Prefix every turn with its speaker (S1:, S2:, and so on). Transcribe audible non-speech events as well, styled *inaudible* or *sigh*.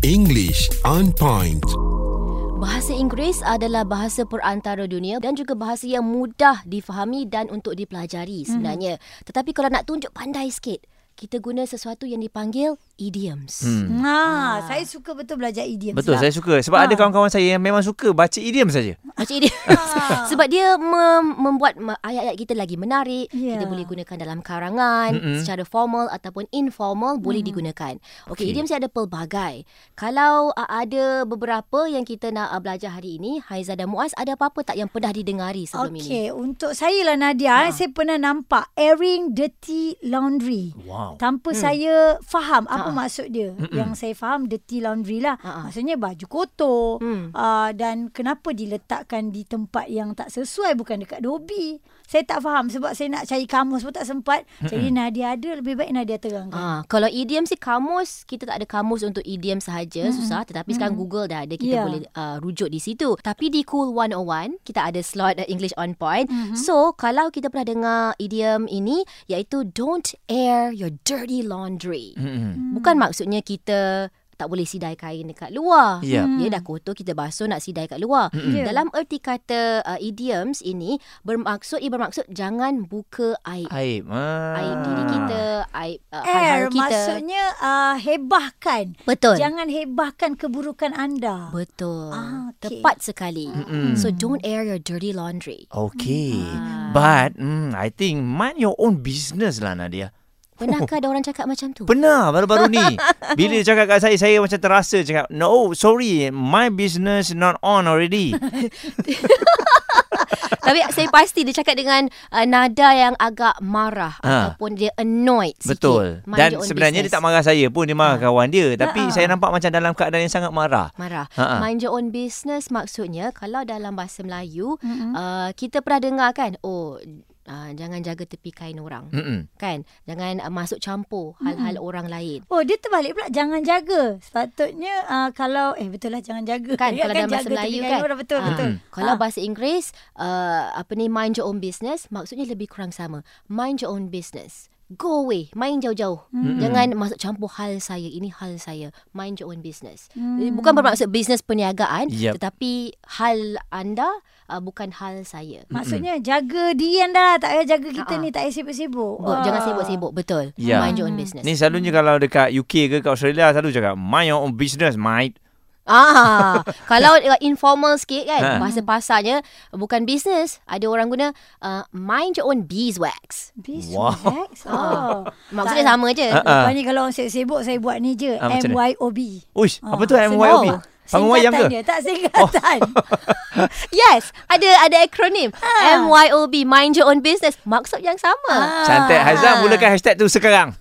S1: English on point.
S2: Bahasa Inggeris adalah bahasa perantara dunia dan juga bahasa yang mudah difahami dan untuk dipelajari sebenarnya. Hmm. Tetapi kalau nak tunjuk pandai sikit, kita guna sesuatu yang dipanggil idioms. Hmm.
S3: Ha, saya suka betul belajar idiom.
S4: Betul, saya suka. Sebab
S3: Ha.
S2: Ah.
S4: ada kawan-kawan saya yang memang suka baca idiom saja.
S2: *laughs* Macam idioms. Sebab dia mem- membuat ma- ayat-ayat kita lagi menarik.
S3: Ya.
S2: Kita boleh gunakan dalam karangan, mm secara formal ataupun informal boleh digunakan. Okey, okay.
S4: Okey.
S2: idioms dia ada pelbagai. Kalau uh, ada beberapa yang kita nak uh, belajar hari ini, Haiza dan Muaz ada apa-apa tak yang pernah didengari sebelum ini? Ah.
S3: Okey, untuk saya lah Nadia, ha. saya pernah nampak airing dirty laundry.
S4: Wow.
S3: Tanpa hmm. saya faham
S2: Ah.
S3: apa ha. maksud dia. Mm-mm. Yang saya faham dirty laundry lah.
S2: Ha.
S3: Ha. Maksudnya baju kotor
S2: Hmm.
S3: hmm. uh, dan kenapa diletakkan di tempat yang tak sesuai bukan dekat dobi. Saya tak faham sebab saya nak cari kamus pun tak sempat. Jadi Nadia ada, lebih baik Nadia terangkan.
S2: Ah, kalau idiom sih kamus kita tak ada kamus untuk idiom sahaja mm-hmm. susah tetapi mm-hmm. sekarang Google dah ada kita yeah.
S3: Ya.
S2: boleh uh, rujuk di situ. Tapi di Cool 101 kita ada slot uh, English on point. Mm-hmm. So kalau kita pernah dengar idiom ini iaitu don't air your dirty laundry.
S4: Mm-mm.
S2: Mm. Bukan maksudnya kita tak boleh sidai kain dekat luar.
S4: Ya.
S2: Dia dah kotor kita basuh nak sidai kat luar.
S3: Mm. Ya.
S2: Dalam erti kata uh, idioms ini bermaksud ia bermaksud jangan buka aib
S4: Aib. Ha.
S2: aib diri kita, aib uh, hal-hal
S3: Air
S2: kita.
S3: maksudnya uh, hebahkan.
S2: Betul.
S3: Jangan hebahkan keburukan anda.
S2: Betul.
S3: Ah, okey.
S2: Tepat sekali. Mm-mm. So don't air your dirty laundry.
S4: Okay. But mm, I think mind your own business lah Nadia.
S2: Pernahkah ada orang cakap macam tu?
S4: Pernah baru-baru ni.
S2: *laughs*
S4: Bila dia cakap kat saya, saya macam terasa cakap, no, sorry, my business not on already.
S2: Tapi saya pasti dia cakap dengan uh, nada yang agak marah
S4: Ah.
S2: ataupun dia annoyed *laughs*
S4: Betul.
S2: sikit. Mind
S4: Dan
S2: your own
S4: sebenarnya
S2: business. Ah.
S4: dia tak marah saya pun, dia marah kawan dia. Tapi
S3: Ha.
S4: saya nampak macam dalam keadaan yang sangat marah.
S2: marah.
S4: Ha-ha.
S2: Mind your own business maksudnya kalau dalam bahasa Melayu mm-hmm. uh, kita pernah dengar kan, oh uh, jangan jaga tepi kain orang.
S4: Mm-mm.
S2: Kan? Jangan uh, masuk campur hal-hal orang lain.
S3: Oh dia terbalik pula jangan jaga. Sepatutnya uh, kalau eh betul lah jangan jaga.
S2: kan
S3: Dia
S2: kalau
S3: akan
S2: dalam bahasa
S3: jaga
S2: Melayu
S3: telinga
S2: kan
S3: Orang, betul
S2: Ah,
S3: betul.
S2: kalau
S3: Ah.
S2: bahasa Inggeris uh, apa ni mind your own business maksudnya lebih kurang sama mind your own business go away main jauh-jauh hmm. jangan masuk campur hal saya ini hal saya mind your own business hmm. bukan bermaksud bisnes perniagaan
S4: Yep.
S2: tetapi hal anda uh, bukan hal saya
S3: Maksudnya jaga diri anda tak payah jaga kita
S2: Ah.
S3: ni tak payah sibuk-sibuk. Ah,
S2: Bo- jangan sibuk-sibuk betul
S4: Ya.
S2: mind your own business
S4: Ni selalunya kalau dekat UK ke kat Australia selalu cakap mind your own business mate.
S2: Ah, *laughs* kalau uh, informal sikit kan,
S4: Ha.
S2: bahasa pasarnya bukan business. Ada orang guna uh, mind your own beeswax.
S3: Bismillah.
S4: Wow.
S2: *laughs*
S3: Oh.
S2: Ah. Maksudnya
S3: Tak-
S2: sama je.
S4: Ha, ha.
S3: Lepas ni kalau orang sibuk-sibuk saya buat ni je.
S4: Ah, macam mana?
S3: MYOB.
S4: Uish,
S3: Ah,
S4: apa tu
S3: senang.
S4: MYOB?
S3: Oh,
S4: Panggung wayang
S3: singkatan
S4: ke? Oh.
S3: Dia. Tak
S4: *laughs*
S3: singkatan. *laughs*
S2: Yes, ada ada akronim. MYOB, mind your own business. Maksud yang sama.
S4: Cantik Haizah mulakan hashtag tu sekarang.